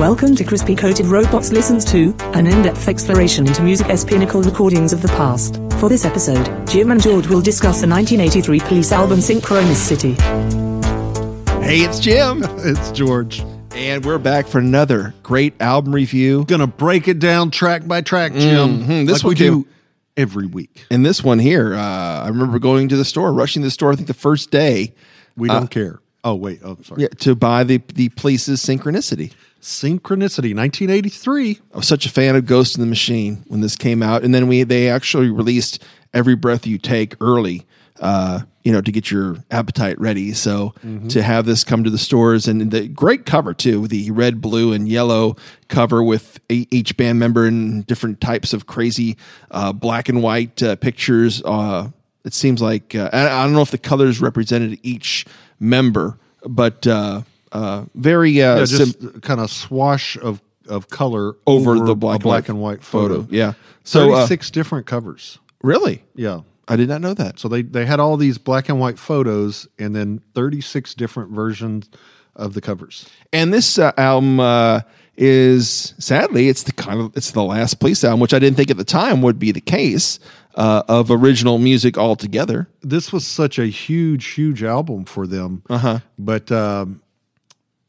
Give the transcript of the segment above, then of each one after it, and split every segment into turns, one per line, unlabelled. Welcome to Crispy Coated Robots Listens to, an in-depth exploration into music as pinnacle recordings of the past. For this episode, Jim and George will discuss the 1983 police album Synchronicity.
Hey, it's Jim,
It's George.
and we're back for another great album review.
Gonna break it down track by track, Jim.
Mhm, this
like we
one came-
do every week.
And this one here, uh, I remember going to the store, rushing to the store. I think the first day
We don't care. Oh wait, oh sorry.
yeah, to buy the the Police's Synchronicity.
Synchronicity, 1983.
I was such a fan of Ghost in the Machine when this came out, and then we they actually released Every Breath You Take early, uh, you know, to get your appetite ready. So
Mm-hmm.
to have this come to the stores and the great cover too, the red, blue, and yellow cover with e- each band member and different types of crazy uh, black and white uh, pictures. Uh, it seems like uh, I, I don't know if the colors represented each member, but uh, uh, very uh,
Yeah,
sim-
just kind of swash of of color
over, the
a
black,
black and white photo.
Yeah. So
So
uh,
six different covers.
really,
Yeah.
I did not know that.
So they they had all these black and white photos and then 36 different versions of the covers.
And this uh, album uh, is sadly it's the kind of it's the last Police album, which I didn't think at the time would be the case uh, of original music altogether.
this was such a huge, huge album for them. But um,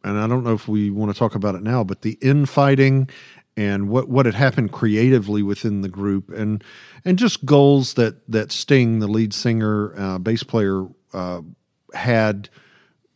and I don't know if we want to talk about it now, but the infighting and what what had happened creatively within the group, and and just goals that that Sting, the lead singer, uh, bass player, uh, had.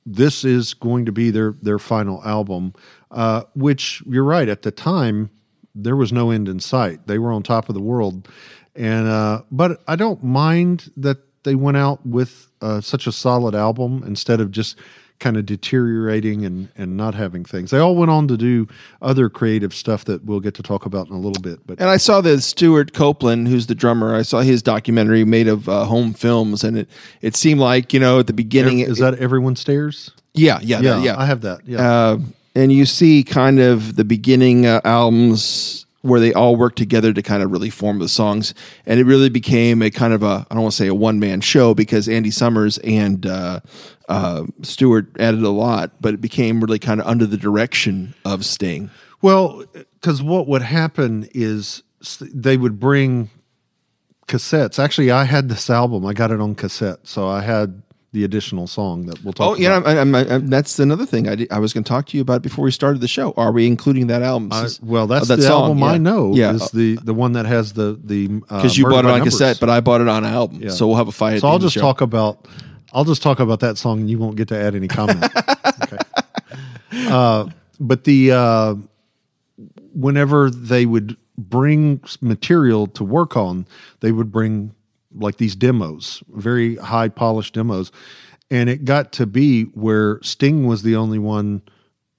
This is going to be their their final album, uh, which you're right. At the time, there was no end in sight. They were on top of the world, and uh, but I don't mind that they went out with uh, such a solid album instead of just kind of deteriorating and and not having things. They all went on to do other creative stuff that we'll get to talk about in a little bit. But
And I saw that Stuart Copeland, who's the drummer, I saw his documentary made of uh, home films, and it it seemed like you know at the beginning,
is that everyone stares?
yeah, yeah,
Yeah,
yeah, yeah.
I have that. Yeah.
uh, and you see kind of the beginning uh, albums where they all work together to kind of really form the songs and it really became a kind of a i don't want to say a one-man show because andy summers and uh, uh, stewart added a lot but it became really kind of under the direction of sting
Well, because what would happen is s- they would bring cassettes. Actually, I had this album. I got it on cassette, so I had the additional song that we'll talk.
oh yeah
about.
I, I'm, I, that's another thing i, did, I was going to talk to you about before we started the show are we including that album
I- well, that's
oh, that
the
song,
album I
yeah.
know.
yeah
is the the one that has the the
because you bought it on cassette but i bought it on album
Yeah.
so we'll have a fight at the
so I'll
end of
just
the show.
talk about I'll just talk about that song, and you won't get to add any comment. okay. Uh, but the uh, whenever they would bring s- material to work on, they would bring like these demos, very high polished demos. And it got to be where Sting was the only one.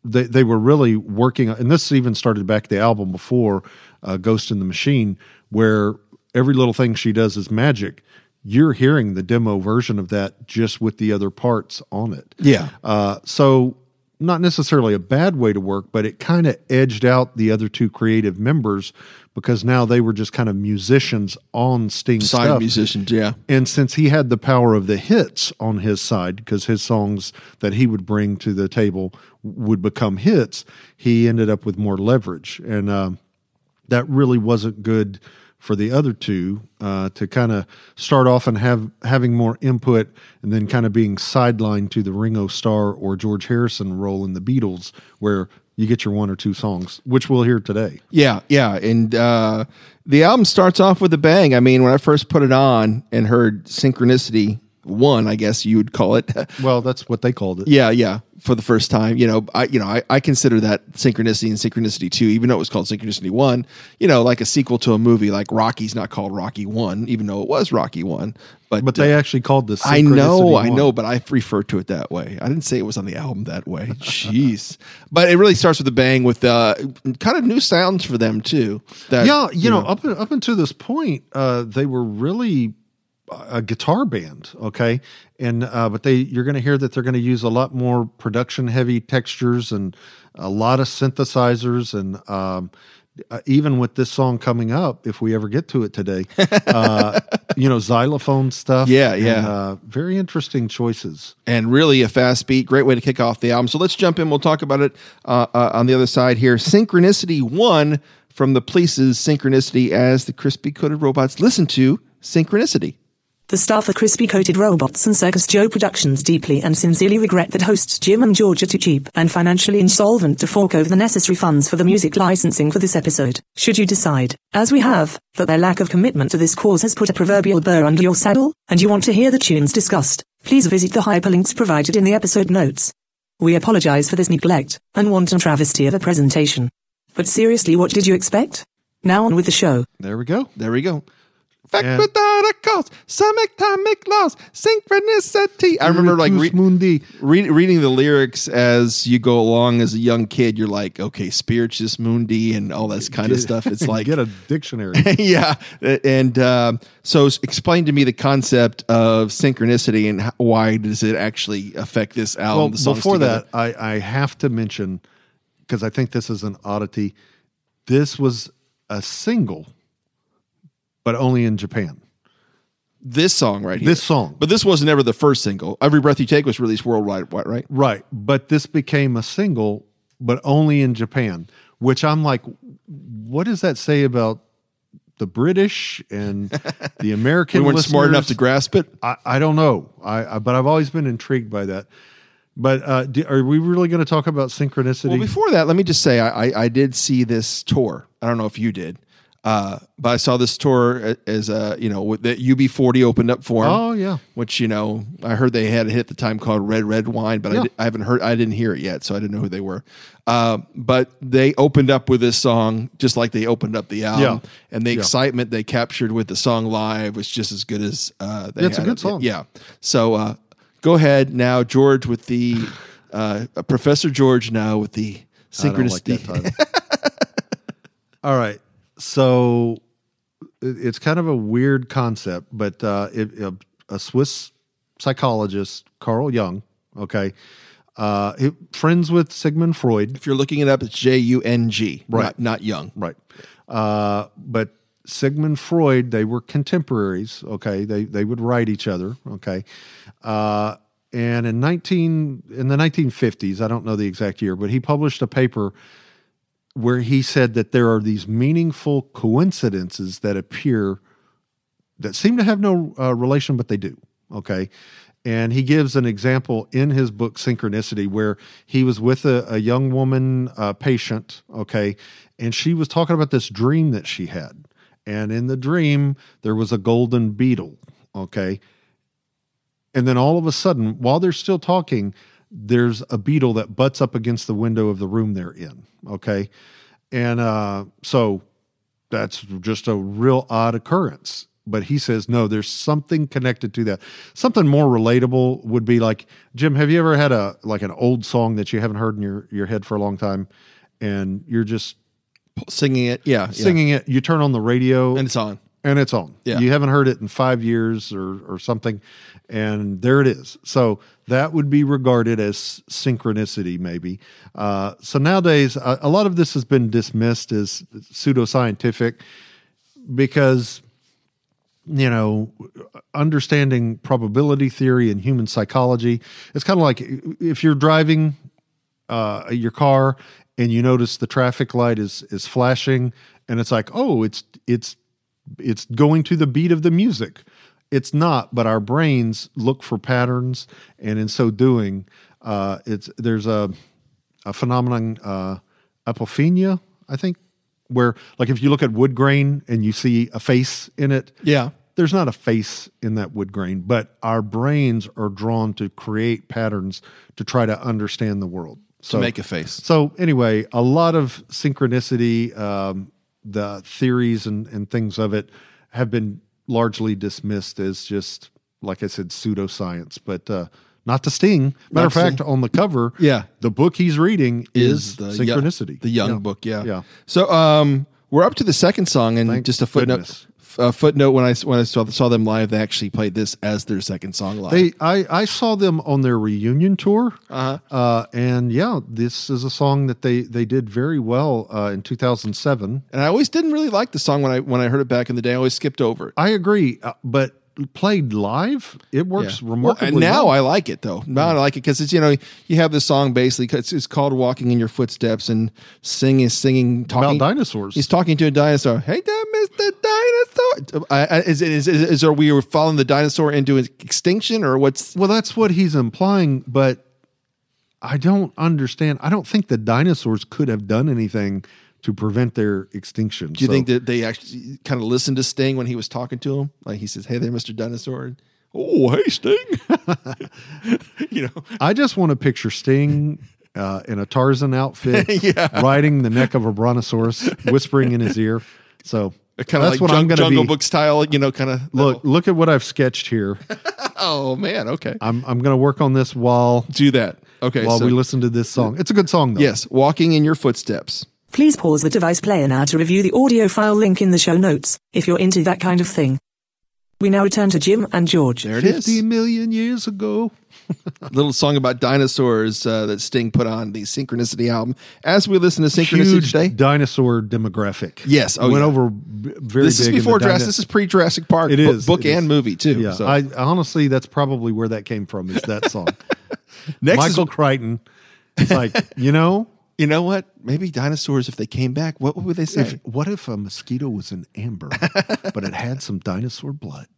They, they were really working, and this even started back the album before uh, Ghost in the Machine, where every little thing she does is magic. You're hearing the demo version of that just with the other parts on it.
yeah
Uh, so not necessarily a bad way to work, but it kind of edged out the other two creative members because now they were just kind of musicians on Sting
side
stuff.
musicians yeah
And since he had the power of the hits on his side, because his songs that he would bring to the table would become hits, he ended up with more leverage. And um that really wasn't good for the other two uh, to kind of start off and have having more input and then kind of being sidelined to the Ringo Starr or George Harrison role in the Beatles, where you get your one or two songs, which we'll hear today.
Yeah, yeah, and uh, the album starts off with a bang. I mean, when I first put it on and heard "Synchronicity One," I guess you would call it.
Well, that's what they called it.
yeah, yeah, for the first time, you know, I you know I, I consider that Synchronicity and Synchronicity Two, even though it was called Synchronicity One, you know, like a sequel to a movie. Like Rocky's not called Rocky One, even though it was Rocky One, but
But they actually called this.
I know,
Synchronicity
I
One.
know, but I refer to it that way. I didn't say it was on the album that way. Jeez, but it really starts with a bang with uh, kind of new sounds for them too. That
yeah, you, know, up up until this point, uh, they were really a guitar band, okay, and uh, but they you're going to hear that they're going to use a lot more production heavy textures and a lot of synthesizers and um, uh, even with this song coming up, if we ever get to it today, uh, you know, xylophone stuff.
Yeah,
and,
yeah.
uh, very interesting choices.
and really a fast beat. Great way to kick off the album. So let's jump in. We'll talk about it uh, uh, on the other side here. Synchronicity one from the Police's Synchronicity as the crispy coated robots listen to Synchronicity.
The staff at Crispy Coated Robots and Circus Joe Productions deeply and sincerely regret that hosts Jim and George are too cheap and financially insolvent to fork over the necessary funds for the music licensing for this episode. Should you decide, as we have, that their lack of commitment to this cause has put a proverbial burr under your saddle, and you want to hear the tunes discussed, please visit the hyperlinks provided in the episode notes. We apologize for this neglect and wanton travesty of a presentation. But seriously, what did you expect? Now on with the show.
There we go.
There we go. Fact
Yeah.
without a cause, some atomic laws, synchronicity. I remember like
Spiritus
re-
Mundi.
Read, reading the lyrics as you go along as a young kid, you're like, okay, spiritus mundi and all this kind of stuff. It's like,
get a dictionary.
yeah. And um, so, s- explain to me the concept of synchronicity and how, why does it actually affect this album?
well,
the songs
before
together?
that, I, I have to mention because I think this is an oddity. This was a single, but only in Japan.
this song right here,
This song,
but this was never the first single. Every breath you take was released worldwide, wh- right?
right? But this became a single, but only in Japan. Which I'm like, what does that say about the British and the American?
We weren't smart enough to
listeners?
grasp it.
I, I don't know. I, I but I've always been intrigued by that. But uh, do, are we really going to talk about synchronicity?
Well, before that, let me just say I, I, I did see this tour. I don't know if you did, uh, but I saw this tour a- as a you know with- that UB40 opened up for. 'em,
Oh, yeah.
which you know I heard they had a hit at the time called Red Red Wine, but I,
Yeah.
di- I haven't heard I didn't hear it yet, so I didn't know who they were. Uh, but they opened up with this song just like they opened up the album,
Yeah.
and the
Yeah.
excitement they captured with the song live was just as good as uh, they
It's a
had
good
it.
song.
Yeah. So uh, go ahead now, George, with the uh, Professor George now with the
I don't like
synchronicity.
that title. All right. So it- it's kind of a weird concept, but uh, it, a, a Swiss psychologist, Carl Jung, okay, uh, he- friends with Sigmund Freud,
if you're looking it up, it's J U N G,
Right.
Not, not young.
right? Uh, but Sigmund Freud, they were contemporaries, okay? They they would write each other, okay? Uh, and in nineteen in the nineteen fifties, I don't know the exact year, but he published a paper where he said that there are these meaningful coincidences that appear that seem to have no uh, relation, but they do. Okay. And he gives an example in his book, Synchronicity, where he was with a, a young woman uh, patient. Okay. And she was talking about this dream that she had. And in the dream, there was a golden beetle. Okay. And then all of a sudden, while they're still talking, there's a beetle that butts up against the window of the room they're in. Okay. And uh, so that's just a real odd occurrence. But he says, no, there's something connected to that. Something more relatable would be like, Jim, have you ever had a like an old song that you haven't heard in your, your head for a long time and you're just
Singing it. Yeah. yeah.
singing it? You turn on the radio
And it's on.
and it's on.
Yeah.
You haven't heard it in five years or or something, and there it is. So that would be regarded as synchronicity, maybe. Uh, so nowadays, a, a lot of this has been dismissed as pseudoscientific because you know understanding probability theory and human psychology it's kind of like if you're driving uh, your car and you notice the traffic light is is flashing and it's like oh it's it's it's going to the beat of the music it's not but our brains look for patterns and in so doing uh, it's there's a a phenomenon uh, apophenia I think where like if you look at wood grain and you see a face in it
Yeah.
there's not a face in that wood grain, but our brains are drawn to create patterns to try to understand the world. So
make a face.
So anyway, a lot of synchronicity, um, the theories and, and things of it have been largely dismissed as just, like I said, pseudoscience, but uh, not to sting. Matter of
to
fact, on the cover,
Yeah.
the book he's reading is,
the
synchronicity.
the Young
Yeah.
book. Yeah.
Yeah.
So um, we're up to the second song, and just a footnote.
goodness.
uh, footnote when I when I saw, saw them live, they actually played this as their second song live.
They, I, I saw them on their reunion tour,
Uh-huh.
uh, and yeah, this is a song that they they did very well uh, in 2007.
and I always didn't really like the song when I when I heard it back in the day. I always skipped over it.
I agree, uh, but played live, it
Yeah.
works
Well,
remarkably.
and now
well.
I like it though. Now I like it because it's you know you have this song basically 'cause it's, it's called "Walking in Your Footsteps" and sing is singing talking
dinosaurs.
He's talking to a dinosaur. Hey, there, Mister Dinosaur. I, I, is, it- is, is is are we following the dinosaur into extinction or what's?
well, that's what he's implying, but I don't understand. I don't think the dinosaurs could have done anything to prevent their extinction.
Do you think that they actually kind of listened to Sting when he was talking to him? Like he says, "Hey there, Mister Dinosaur." Oh, hey, Sting. you know,
I just want to picture Sting uh, in a Tarzan outfit, riding the neck of a brontosaurus, whispering in his ear. So
kind of like
that's what I'm
jung-
going to
Jungle
be.
Book style. You know, kind of
Look, look at what I've sketched here.
Oh man, okay.
I'm I'm going to work on this while
Do that. Okay.
while
so-
we listen to this song. It's a good song though.
Yes, walking in your footsteps.
Please pause the device player now to review the audio file link in the show notes, if you're into that kind of thing. We now return to Jim and George.
There it is.
fifty million years ago.
little song about dinosaurs uh, that Sting put on the Synchronicity album. As we listen to Synchronicity
Huge
today,
dinosaur demographic.
Yes, oh,
went
yeah.
over b- very.
this is
big in the
before Jurassic.
dino-
This is pre Jurassic Park.
It
bu-
is
book
it
and
is.
movie too.
Yeah,
so
I honestly, that's probably where that came from. Is that song?
next, is-
Michael Crichton. It's like you know,
you know what? Maybe dinosaurs, if they came back, what would they say?
If, what if a mosquito was an amber, but it had some dinosaur blood?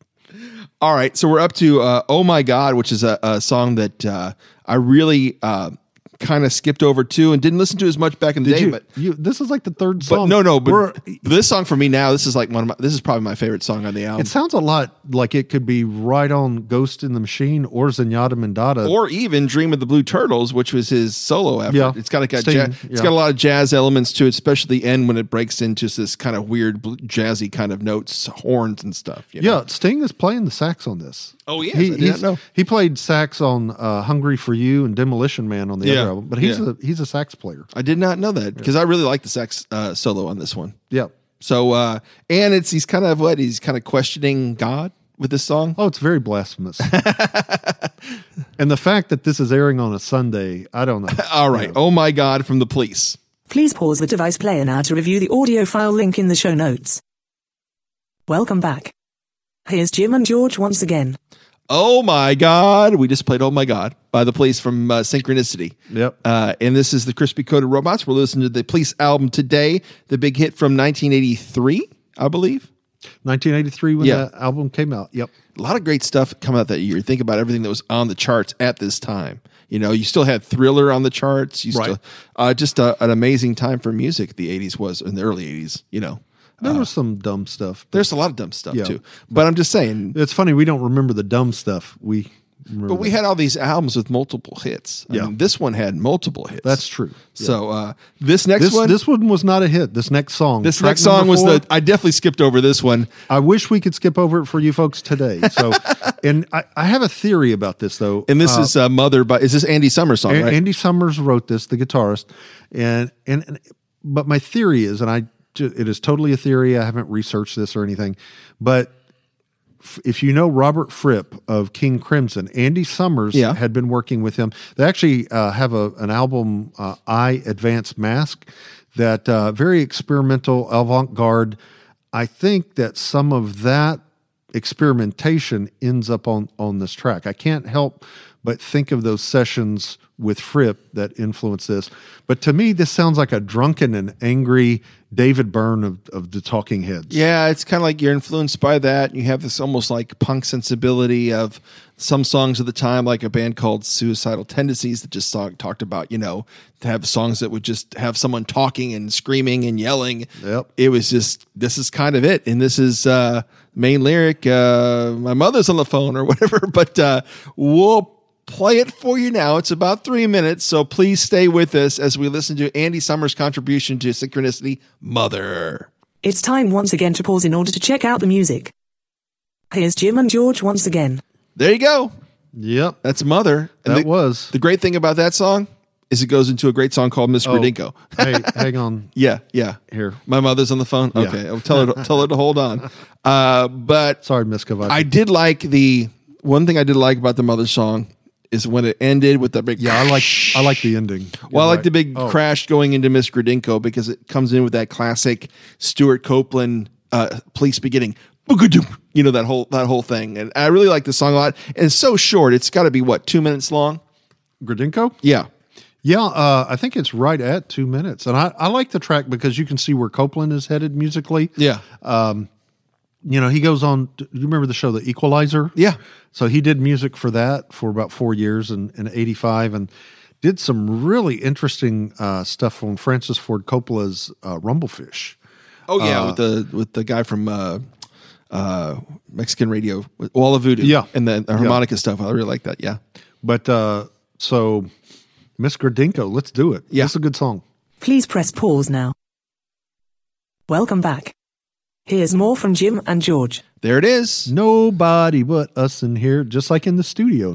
All right, so we're up to uh, "Oh My God," which is a, a song that uh, I really uh, kind of skipped over too and didn't listen to as much back in the day.
you,
But
you, this is like the third
but
song.
no, no,
We're-
but this song for me now, this is like one of my. This is probably my favorite song on the album.
it sounds a lot like it could be right on Ghost in the Machine or Zenyatta Mandata.
or even Dream of the Blue Turtles, which was his solo effort.
Yeah.
It's got like a
Sting,
ja- it's
yeah.
got a lot of jazz elements to it, especially the end when it breaks into this kind of weird bl- jazzy kind of notes, horns and stuff. you know?
yeah, Sting is playing the sax on this.
Oh, he is. I
He,
did
he's-
not know.
he played sax on uh, "Hungry for You" and "Demolition Man" on the
Yeah,
other album, but he's
yeah.
a he's a sax player.
I did not know that because I really like the sax uh, solo on this one.
Yeah.
So uh, and it's he's kind of what he's kind of questioning God with this song.
Oh, it's very blasphemous. and the fact that this is airing on a Sunday, I don't know.
All right, oh my God, from the police.
Please pause the device player now to review the audio file link in the show notes. Welcome back. Here's Jim and George once again.
Oh my God! We just played "Oh My God" by the Police from uh, Synchronicity.
Yep.
Uh, and this is the crispy coated robots. We're listening to the Police album today, the big hit from 1983, I believe.
1983 when
Yeah.
that album came out. Yep.
A lot of great stuff come out that year. Think about everything that was on the charts at this time. You know, you still had Thriller on the charts. You
Right.
still uh, just a, an amazing time for music. The 80s was in the early 80s. You know,
There was some dumb stuff.
Uh,
but
there's a lot of dumb stuff
Yeah.
too. But I'm just saying.
it's funny we don't remember the dumb stuff. We remember
But we
the-
had all these albums with multiple hits. I
Yeah.
mean, this one had multiple hits.
That's true.
So uh, this next
This
one,
this one was not a hit. This next song.
this
track
next song
number
was
four,
the. I definitely skipped over this one.
I wish we could skip over it for you folks today. So, and I, I have a theory about this though.
And this
Uh,
is uh, Mother by is this Andy Summers song,
A-
right?
Andy Summers wrote this, the guitarist, and, and and but my theory is, and I ju- it is totally a theory. I haven't researched this or anything, but f- if you know Robert Fripp of King Crimson, Andy Summers
Yeah.
had been working with him. They actually uh, have a an album, uh, I Advanced Mask, that uh, very experimental avant garde. I think that some of that experimentation ends up on on this track. I can't help but think of those sessions with Fripp that influenced this. But to me, this sounds like a drunken and angry David Byrne of, of the Talking Heads.
yeah, it's kind of like you're influenced by that. You have this almost like punk sensibility of some songs of the time, like a band called Suicidal Tendencies that just song, talked about, you know, to have songs that would just have someone talking and screaming and yelling.
Yep.
It was just this is kind of it, and this is uh, main lyric. Uh, my mother's on the phone or whatever, but uh, we'll. Play it for you now. It's about three minutes, so please stay with us as we listen to Andy Summers' contribution to Synchronicity Mother.
It's time once again to pause in order to check out the music. Here's Jim and George once again.
There you go.
Yep.
That's Mother. And
That
the,
was.
The great thing about that song, is it goes into a great song called Miss Redinko.
hey, hang on.
Yeah, yeah.
Oh. Here.
my mother's on the phone. Okay, I'll tell her tell her to hold on. Uh, but
Sorry, Miss Kovacic.
I did like the one thing I did like about the mother song is when it ended with that big.
yeah, I like I like the ending.
Well, I
You're
like
right.
the big
Oh,
crash going into Miss Gradinko because it comes in with that classic Stuart Copeland uh, police beginning. Boogadoop. You know that whole that whole thing, and I really like the song a lot. And it's so short; it's got to be what two minutes long.
Gradinko.
Yeah,
Yeah, uh, I think it's right at two minutes, and I, I like the track because you can see where Copeland is headed musically.
yeah,
you know, he goes on. To, you remember the show The Equalizer?
Yeah.
So he did music for that for about four years in, in 85 and did some really interesting uh, stuff on Francis Ford Coppola's uh, Rumblefish.
oh
Uh,
yeah, with the with the guy from uh, uh, Mexican radio, with Wall of Voodoo,
Yeah.
and the, the
Yeah.
harmonica stuff. I really like that. Yeah,
But uh, so, Miss Gradinko, let's do it.
Yeah.
It's a good song.
Please press pause now. Welcome back. Here's more from Jim and George.
there it is.
Nobody but us in here, just like in the studio.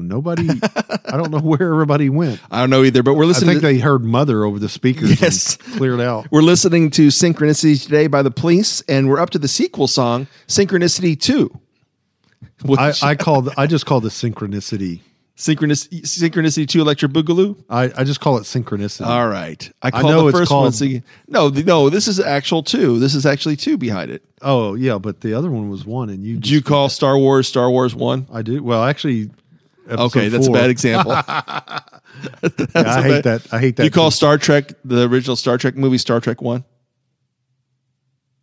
Nobody, I don't know where everybody went.
I don't know either, but we're
I
listening.
think
to,
they heard Mother over the speakers and
Yes.
cleared out.
We're listening to Synchronicity today by the Police, and we're up to the sequel song, Synchronicity Two. Which-
I, I call the, I just call this synchronicity.
Synchronis- synchronicity two electric boogaloo.
I, I just call it synchronicity.
All right, I
I
call
know
the
it's
first one.
called-
Sing- no, the, no, this is actual two. This is actually two behind it.
Oh yeah, but the other one was one, and you.
Did you call Star Wars Star Wars one?
I do well. Actually, episode
Okay, that's
four.
a bad example.
Yeah, I hate that. I hate that.
you call Star Trek the original Star Trek movie Star Trek one?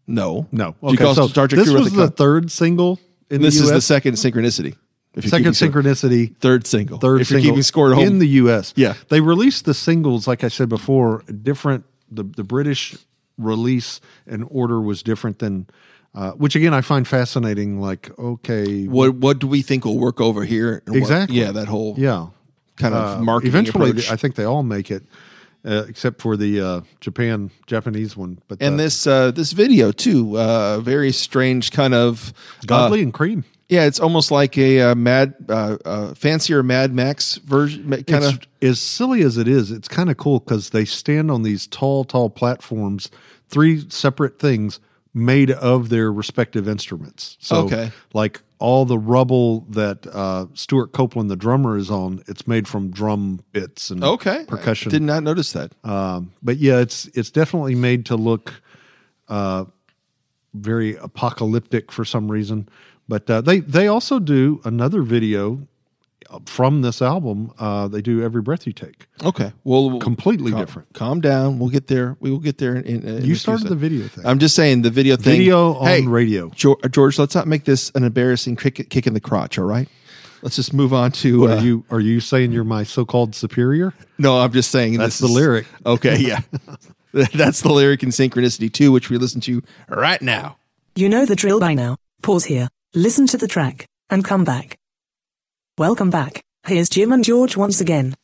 No,
no.
Do you call
so
Star Trek
This
two?
was
Earth
the
Echo?
third single in
this
the
is
U.S.
the second synchronicity. If you're
second
keeping score-
synchronicity.
third single.
Third
if you're
single
keeping score at home
in the U.S.
Yeah.
they released the singles like I said before. Different. The the British release and order was different than. Uh, which again, I find fascinating. Like, okay,
What what do we think will work over here? And what-
Exactly.
yeah, that whole
yeah, Uh,
kind of marketing.
Eventually,
approach.
I think they all make it, uh, except for the uh, Japan Japanese one. But
and
the
this uh, this video too, uh, very strange kind of uh,
Godly and Cream,
yeah, it's almost like a, uh mad, uh, uh, fancier Mad Max version, ma- kind
it's,
of.
as silly as it is, it's kind of cool because they stand on these tall, tall platforms, three separate things made of their respective instruments. So,
Okay.
like all the rubble that uh, Stuart Copeland, the drummer, is on, it's made from drum bits and
Okay,
percussion.
I did not notice that.
Um, but yeah, it's it's definitely made to look uh, very apocalyptic for some reason. But uh, they they also do another video uh, from this album. Uh, they do "Every Breath You Take." Uh,
Okay, well, we'll-
Completely
calm,
different.
Calm down. We'll get there. We will get there. In, in, in a few
started the
seconds.
video thing.
I'm just saying the video thing.
Video on radio.
Geor- George, let's not make this an embarrassing kick, kick in the crotch. All right, let's just move on to.
Are
uh,
you are you saying you're my so-called superior?
No, I'm just saying
That's
this
the
is-
lyric.
Okay, yeah, that's the lyric in Synchronicity Two, which we listen to right now.
You know the drill by now. Pause here, listen to the track, and come back. Welcome back. Here's Jim and George once again.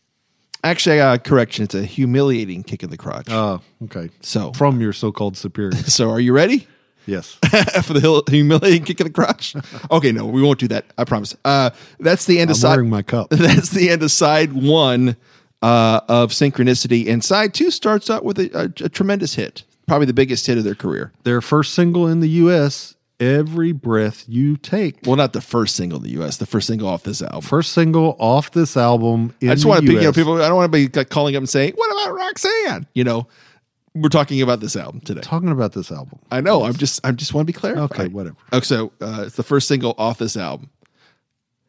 Actually, uh, correction. It's a humiliating kick in the crotch.
Oh, okay.
So-
from your so-called superior,
so, are you ready
yes.
for the hil- humiliating kick in the crotch? Okay, no, we won't do that. I promise. Uh, that's the end
I'm
of side.
wearing my cup.
that's the end of side one uh, of Synchronicity, and side two starts out with a, a, a tremendous hit, probably the biggest hit of their career.
Their first single in the U.S. "Every Breath You Take."
Well, not the first single in the U.S., the first single off this album.
First single off this album. In
I just
the
want to, you know,
US.
people. I don't want to be like, calling up and saying, "What about Roxanne?" You know, we're talking about this album today.
talking about this album.
I know. I'm just. I'm just want to be clear.
Okay, whatever.
Okay, so uh, it's the first single off this album.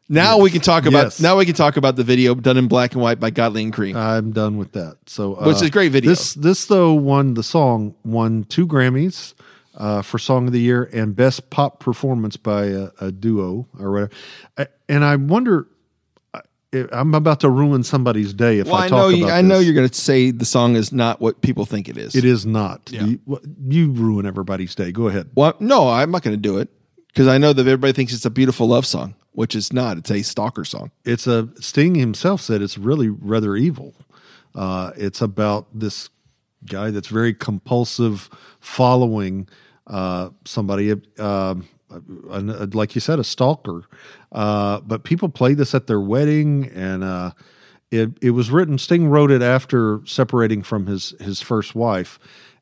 Now we can talk about.
Yes.
Now we can talk about the video done in black and white by Godly and Cream.
I'm done with that. So, uh,
Which is a great video.
This this though won the song won two Grammys uh, for Song of the Year and Best Pop Performance by a, a duo or whatever. I, and I wonder, I- I'm about to ruin somebody's day if
well,
I
I
talk
know. You,
about.
I know
this.
you're going to say the song is not what people think it is.
It is not.
Yeah.
You, well, you ruin everybody's day. Go ahead.
Well, no, I'm not going to do it because I know that everybody thinks it's a beautiful love song, which it's not. It's a stalker song.
it's a Sting himself said it's really rather evil. Uh, it's about this guy that's very compulsive, following uh, somebody, um, an- like you said, a stalker. Uh, but people play this at their wedding, and uh, It it was written. Sting wrote it after separating from his his first wife,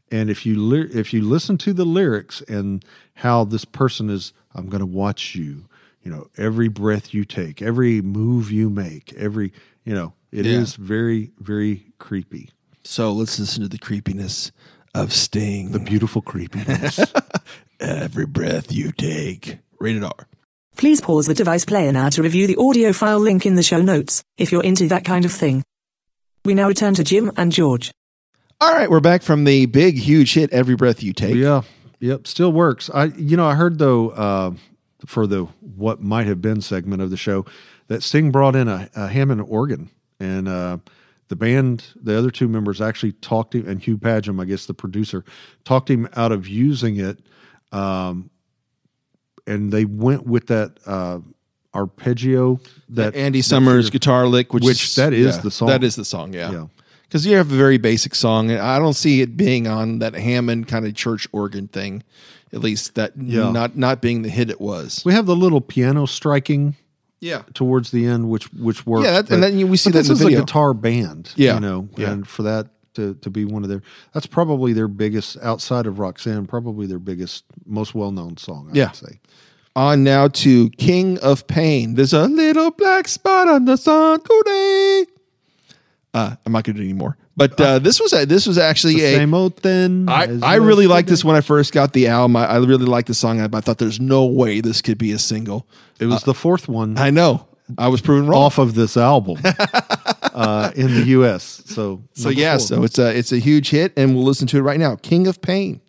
and if you ly- if you listen to the lyrics and how this person is, I'm going to watch you. You know, every breath you take, every move you make, every you know, it is
Yeah.
very very creepy.
So let's listen to the creepiness of Sting. The
Beautiful creepiness.
every breath you take. Rated R.
Please pause the device player now to review the audio file link in the show notes, if you're into that kind of thing. We now return to Jim and George.
All right, we're back from the big, huge hit "Every Breath You Take."
Yeah. Yep. Still works. I, you know, I heard though, uh, for the what might have been segment of the show, that Sting brought in a, a Hammond organ, and uh, the band, the other two members actually talked him, and Hugh Padgham, I guess the producer, talked him out of using it, um, and they went with that uh, arpeggio that
Andy Summers guitar lick, which,
Which
is,
that is
yeah,
the song.
That is the song, yeah.
Yeah.
Because you have a very basic song, and I don't see it being on that Hammond kind of church organ thing. At least that
Yeah.
not not being the hit it was.
we have the little piano striking
Yeah,
towards the end, which which works.
Yeah, that- and then you- we see
but
that in
this
the
is
video.
a guitar band.
Yeah,
you know,
yeah.
and for that to to be one of their that's probably their biggest outside of Roxanne, probably their biggest, most well known song. I
Yeah.
would say.
on now to King of Pain. There's a little black spot on the sun today. Uh, I'm not going to do any more. But uh, this was a, this was actually a
Same old thing.
I,
as
I really liked
yesterday.
this when I first got the album. I, I really liked the song. I, I thought there's no way this could be a single.
It was the fourth one
Uh, I know. I was proven wrong.
off of this album uh, in the U.S. So
So yeah, so it's a it's a huge hit, and we'll listen to it right now. King of Pain.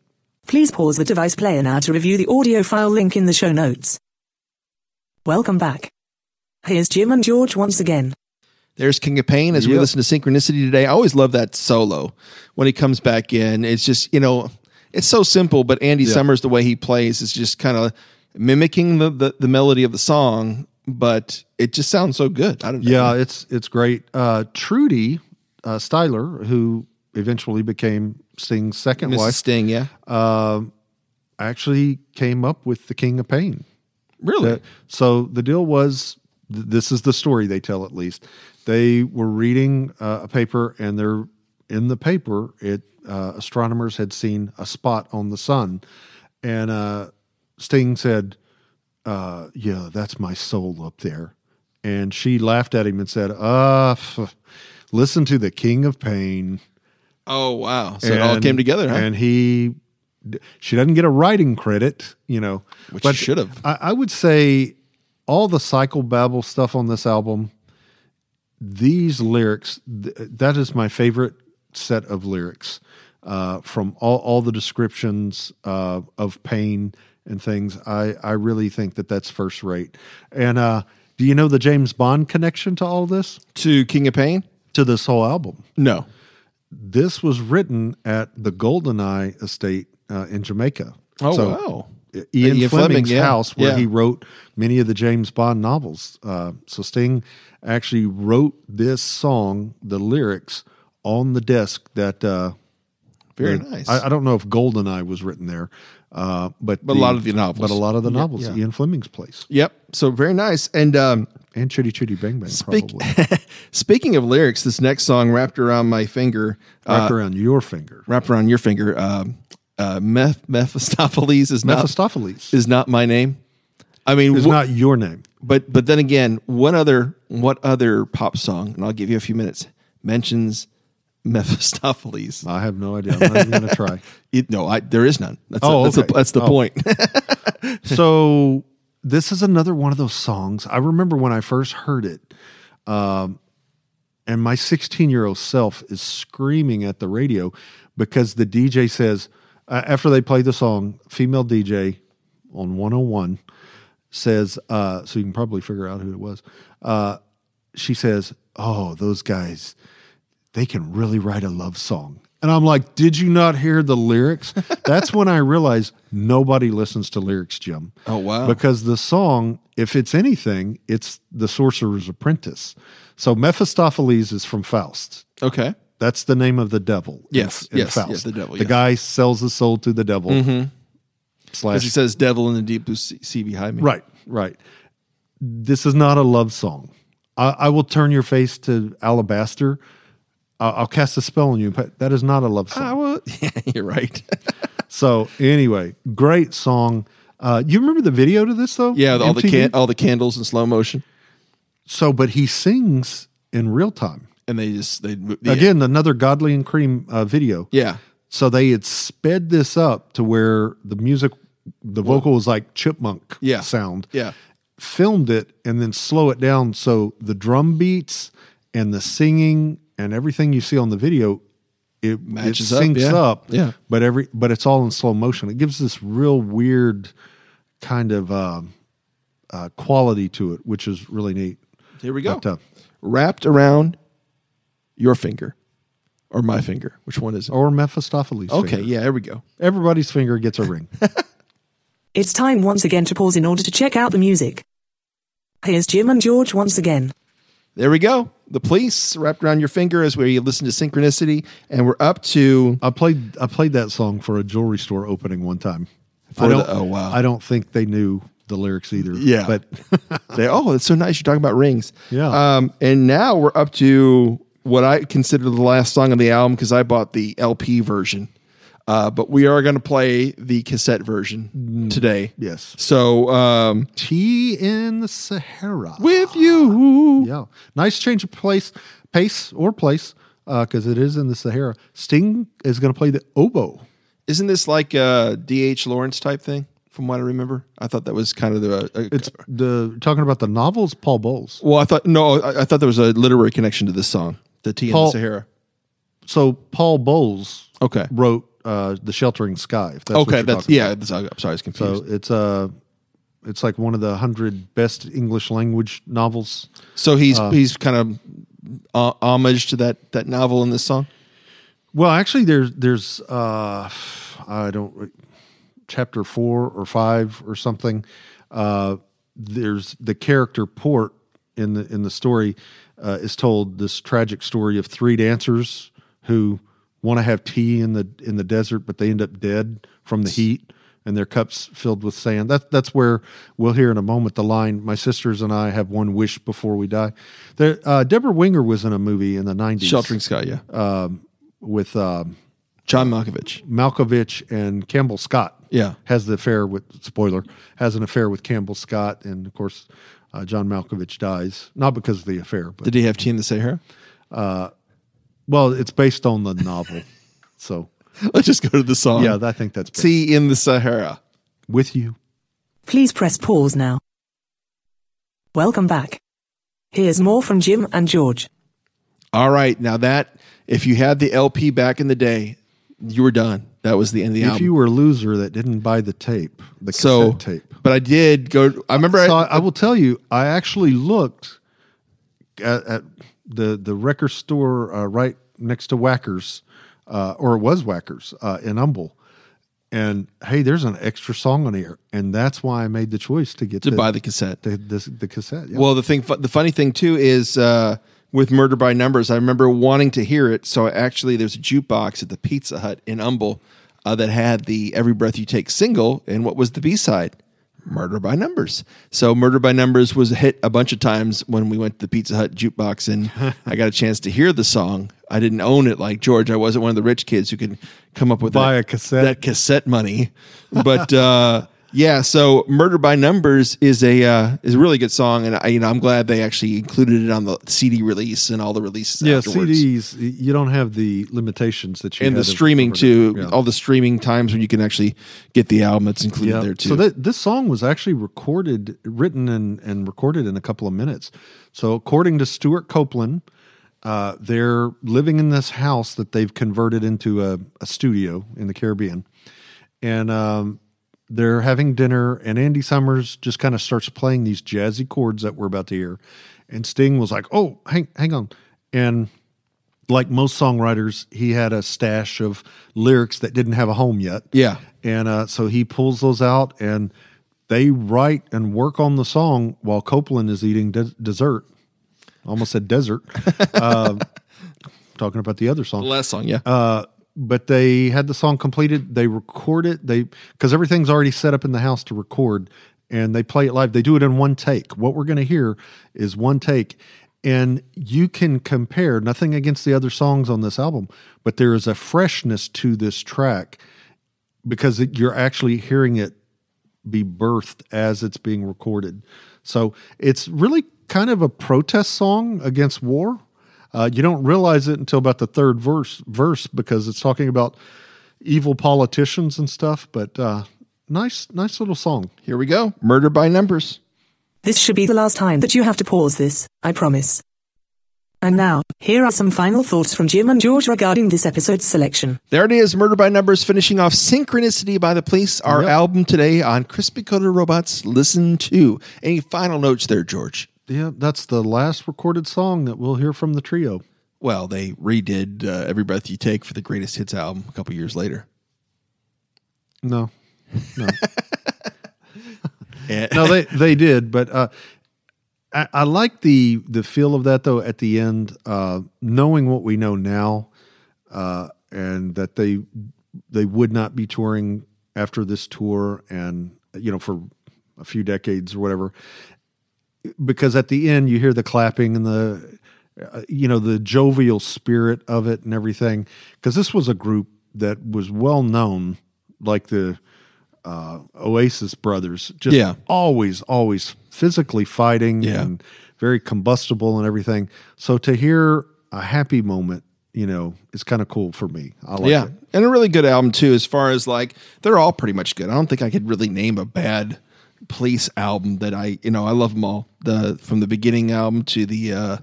Please pause the device player now to review the audio file link in the show notes. Welcome back. Here's Jim and George once again.
There's King of Pain as we
Yep.
listen to Synchronicity today. I always love that solo when he comes back in. It's just you know, it's so simple, but Andy Summers the way he plays is just kind of mimicking the, the the melody of the song, but it just sounds so good. I don't know.
Yeah, it's it's great. Uh, Trudy uh, Styler, who eventually became Sting's second
Mrs.
wife,
Sting, yeah,
actually came up with the King of Pain.
really.
That- so the deal was th- this is the story they tell at least. They were reading uh, a paper, and they're in the paper. It uh, astronomers had seen a spot on the sun, and uh, Sting said, uh, "Yeah, that's my soul up there." And she laughed at him and said, "Ah, f- listen to the King of Pain."
oh wow! So it all came together, huh?
And he, she doesn't get a writing credit, you know,
Which she should have.
I, I would say all the cycle babble stuff on this album, these lyrics, th- that is my favorite set of lyrics uh, from all, all the descriptions uh, of pain and things. I, I really think that that's first rate. And uh, do you know the James Bond connection to all this?
to King of Pain.
To this whole album?
No.
this was written at the Goldeneye estate uh, in Jamaica.
Oh
So,
wow.
I- Ian,
Ian Fleming,
Fleming's
yeah,
house where
yeah.
he wrote many of the James Bond novels. Uh, so Sting actually wrote this song, the lyrics, on the desk that. Uh,
Very
that-
nice.
I, I don't know if Goldeneye was written there, uh, but
But a lot of the novels.
But a lot of the novels,
yeah.
Ian Fleming's place,
yep. So very nice. And um,
and Chitty Chitty Bang Bang,
speak,
probably
speaking of lyrics, this next song wrapped around my finger, uh,
wrapped around your finger.
wrapped around your finger. Um, uh, Meph- Mephistopheles is not
Mephistopheles
is not my name. I mean,
is
wh-
not your name.
but but then again, what other what other pop song? And I'll give you a few minutes. Mentions Mephistopheles.
I have no idea. I'm not even going to try.
It- no, I, there is none. That's
Oh,
a, that's,
okay.
a, that's the
Oh.
point.
so this is another one of those songs. I remember when I first heard it, um, and my 16 year old self is screaming at the radio because the DJ says, uh, after they play the song, female DJ on 101 says, uh, so you can probably figure out who it was. Uh, she says, Oh, those guys, they can really write a love song. And I'm like, Did you not hear the lyrics? That's when I realized nobody listens to lyrics, Jim.
Oh, wow.
Because the song, if it's anything, it's The Sorcerer's Apprentice. So Mephistopheles is from Faust.
okay.
That's the name of the devil. in-
Yes,
in
yes, yes, the devil, yes.
The
Mm-hmm.
guy sells his soul to the devil.
As he
Slash,
says, "Devil in the deep blue sea sea behind me."
right, right. This is not a love song. I, I will turn your face to alabaster. I, I'll cast a spell on you, but that is not a love song.
I will. Yeah, you're right.
So anyway, great song. Uh, you remember the video to this though?
yeah, all the
MTV?
can- all the candles in slow motion,
So, but he sings in real time.
and they just they mo- yeah.
Again, another Godly and Cream uh, video.
Yeah,
So they had sped this up to where the music, the vocal was like chipmunk
Yeah.
sound.
yeah,
Filmed it and then slow it down so the drum beats and the singing and everything you see on the video it
Matches
it
up,
syncs
yeah.
up.
Yeah.
But every but it's all in slow motion. It gives this real weird kind of um uh, quality to it, which is really neat.
Here we go.
But, uh,
wrapped around your finger or my finger. Which one is it?
or Mephistopheles.
okay,
finger.
yeah, there we go.
Everybody's finger gets a ring.
It's time once again to pause in order to check out the music. Here's Jim and George once again.
There we go. The police wrapped around your finger is where you listen to synchronicity, and we're up to
I played I played that song for a jewelry store opening one time.
For
I don't,
the- oh, wow.
I don't think they knew the lyrics either.
Yeah.
but
say, "Oh, that's so nice." You're talking about rings.
Yeah.
Um, and now we're up to what I consider the last song on the album because I bought the LP version. Uh, but we are going to play the cassette version today.
yes,
So um,
tea in the Sahara.
with you,
yeah, nice change of place, pace or place, because it is in the Sahara. Sting is going to play the oboe.
isn't this like a D.H. Lawrence type thing? From what I remember, I thought that was kind of the. a-
It's the talking about the novels. Paul Bowles.
well, I thought no, I, I thought there was a literary connection to this song, the Tea
Paul-
in the Sahara.
So Paul Bowles
Okay.
wrote uh, the Sheltering Sky. If that's what
Okay,
you're
that's
talking
yeah. That's, I'm sorry, I was confused.
So it's uh it's like one of the hundred best English language novels.
So he's he's kind of uh, homage to that that novel in this song.
Well, actually, there's there's uh I don't chapter four or five or something. Uh, there's the character Port in the in the story uh, is told this tragic story of three dancers who want to have tea in the in the desert, but they end up dead from the heat and their cups filled with sand. That that's where we'll hear in a moment the line. My sisters and I have one wish before we die. There, uh, Deborah Winger was in a movie in the nineties,
Sheltering Sky, yeah. Uh,
with. Um,
John Malkovich.
Malkovich and Campbell Scott.
Yeah.
has the affair with spoiler has an affair with Campbell Scott, and of course, uh, John Malkovich dies not because of the affair, but
Did he have tea in the Sahara?
well, it's based on the novel. so
Let's just go to the song.
yeah, I think that's See,
Tea in the Sahara.
with you.
Please press pause now. Welcome back. Here's more from Jim and George.
All right, now that if you had the LP back in the day, you were done. That was the end of the
If
album.
you were a loser that didn't buy the tape, the cassette
so,
tape.
but I did go. I remember.
So
I,
I, I will tell you, I actually looked at, at the the record store uh, right next to Whackers, uh, or it was Whackers uh, in Humble. And hey, there's an extra song on here, and that's why I made the choice to get
to buy the cassette.
the, this, the cassette. yeah.
Well, the thing, the funny thing too is uh, with Murder by Numbers, I remember wanting to hear it. So I actually, there's a jukebox at the Pizza Hut in Humble uh, that had the "Every Breath You Take" single, and what was the B side? Murder by Numbers. So Murder by Numbers was a hit a bunch of times when we went to the Pizza Hut jukebox, and I got a chance to hear the song. I didn't own it like George. I wasn't one of the rich kids who could come up with
Buy
that-
a cassette.
that cassette money. But uh, yeah, so "Murder by Numbers" is a uh, is a really good song, and I, you know I'm glad they actually included it on the CD release and all the releases.
yeah,
afterwards.
CDs. y- You don't have the limitations that you
and the
had of-
streaming
of-
too.
yeah.
All the streaming times when you can actually get the album, it's included
Yeah.
there too.
So that, this song was actually recorded, written, and, and recorded in a couple of minutes. So according to Stuart Copeland, uh, they're living in this house that they've converted into a, a studio in the Caribbean, and um, they're having dinner. And Andy Summers just kind of starts playing these jazzy chords that we're about to hear, and Sting was like, "Oh, hang, hang on," and like most songwriters, he had a stash of lyrics that didn't have a home yet.
Yeah.
And uh, so he pulls those out and they write and work on the song while Copeland is eating des- dessert. Almost said desert. Um talking about the other
the
song.
last song, yeah,
Uh, but they had the song completed. They record it. They because everything's already set up in the house to record, and they play it live. They do it in one take. What we're going to hear is one take, And you can compare nothing against the other songs on this album, but there is a freshness to this track because it, you're actually hearing it be birthed as it's being recorded. So it's really kind of a protest song against war. Uh, you don't realize it until about the third verse, verse because it's talking about evil politicians and stuff. But uh, nice, nice little song.
Here we go. Murder by numbers.
This should be the last time that you have to pause this, I promise. And now, here are some final thoughts from Jim and George regarding this episode's selection.
There it is, Murder by Numbers, finishing off Synchronicity by the Police, our
Yep.
album today on Crispy Coated Robots Listen To. Any final notes there, George?
Yeah, that's the last recorded song that we'll hear from the trio.
Well, they redid uh, Every Breath You Take for the Greatest Hits album a couple years later.
No, no,
And-
no. They they did, but uh, I, I like the the feel of that though. At the end, uh, knowing what we know now, uh, and that they they would not be touring after this tour, and you know for a few decades or whatever, because at the end you hear the clapping and the uh, you know the jovial spirit of it and everything because this was a group that was well known like the uh, oasis brothers just
Yeah.
always always physically fighting
Yeah.
and very combustible and everything so to hear a happy moment you know is kind of cool for me i like
yeah.
it
And a really good album, too, as far as like, they're all pretty much good. I don't think I could really name a bad police album that I, you know, I love them all. The from the beginning album to the, uh,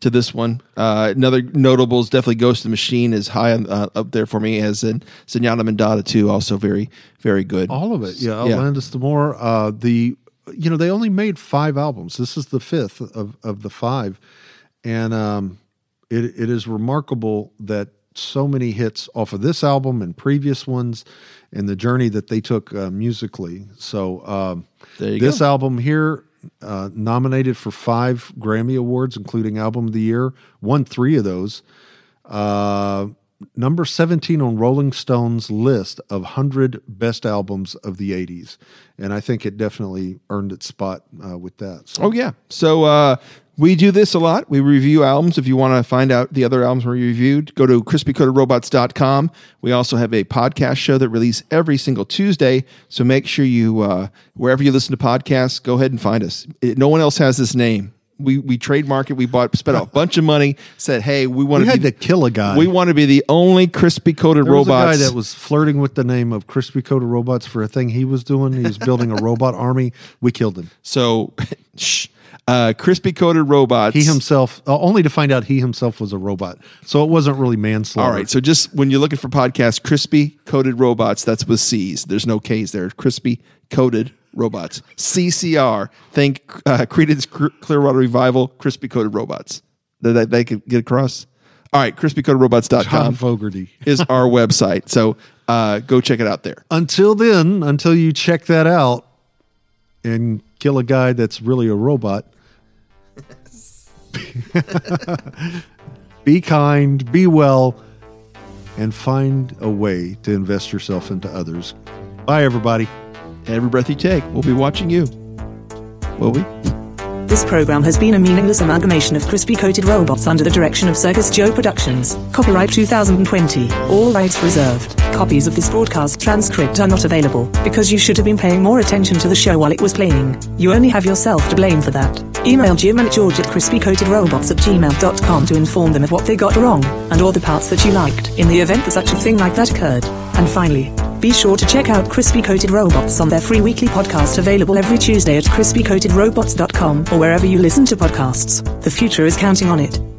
to this one. Uh, another notable is definitely Ghost of the Machine is high on, uh, up there for me, as in Zenyatta Mandata, too. Also very, very good.
all of it yeah
Yeah.
outlandis the more uh the you know they only made five albums this is the fifth of of the five and um it it is remarkable that so many hits off of this album and previous ones and the journey that they took uh, musically so um
There you
this
go.
album here uh, nominated for five Grammy Awards, including Album of the Year, won three of those. Uh, number 17 on Rolling Stone's list of 100 best albums of the 80s. And I think it definitely earned its spot uh, with that. So
Oh yeah. So uh, we do this a lot. We review albums. If you want to find out the other albums we reviewed, go to crispycoatedrobots.com. We also have a podcast show that releases every single Tuesday. So make sure you uh, wherever you listen to podcasts, go ahead and find us. It, no one else has this name. We we trademark it. We bought spent a bunch of money. Said, hey, we want
we
to
had
be
to kill a guy.
we want to be the only crispy coated
there was a guy
robots.
that was flirting with the name of Crispy Coated Robots for a thing he was doing. He was building a robot army. We killed him.
so, shh, uh, crispy coated robots.
He himself, uh, only to find out he himself was a robot. So it wasn't really manslaughter.
All right. So just when you're looking for podcasts, crispy coated robots, that's with C's. There's no K's there. Crispy coated robots. CCR. Thank uh, Creedence Cre- Clearwater Revival, crispy coated robots. That that they could get across. All right.
Tom
CrispyCoatedRobots.com
Fogarty.
is our website. So uh, go check it out there.
Until then, until you check that out and kill a guy that's really a robot. be kind, be well, and find a way to invest yourself into others. Bye, everybody.
Every breath you take, we'll be watching you. Will we?
This program has been a meaningless amalgamation of crispy coated robots under the direction of Circus Joe Productions. Copyright 2020. All rights reserved. Copies of this broadcast transcript are not available because you should have been paying more attention to the show while it was playing. You only have yourself to blame for that. Email Jim and George at crispycoatedrobots at gmail.com to inform them of what they got wrong and all the parts that you liked in the event that such a thing like that occurred. And finally, be sure to check out Crispy Coated Robots on their free weekly podcast available every Tuesday at crispycoatedrobots.com or wherever you listen to podcasts. The future is counting on it.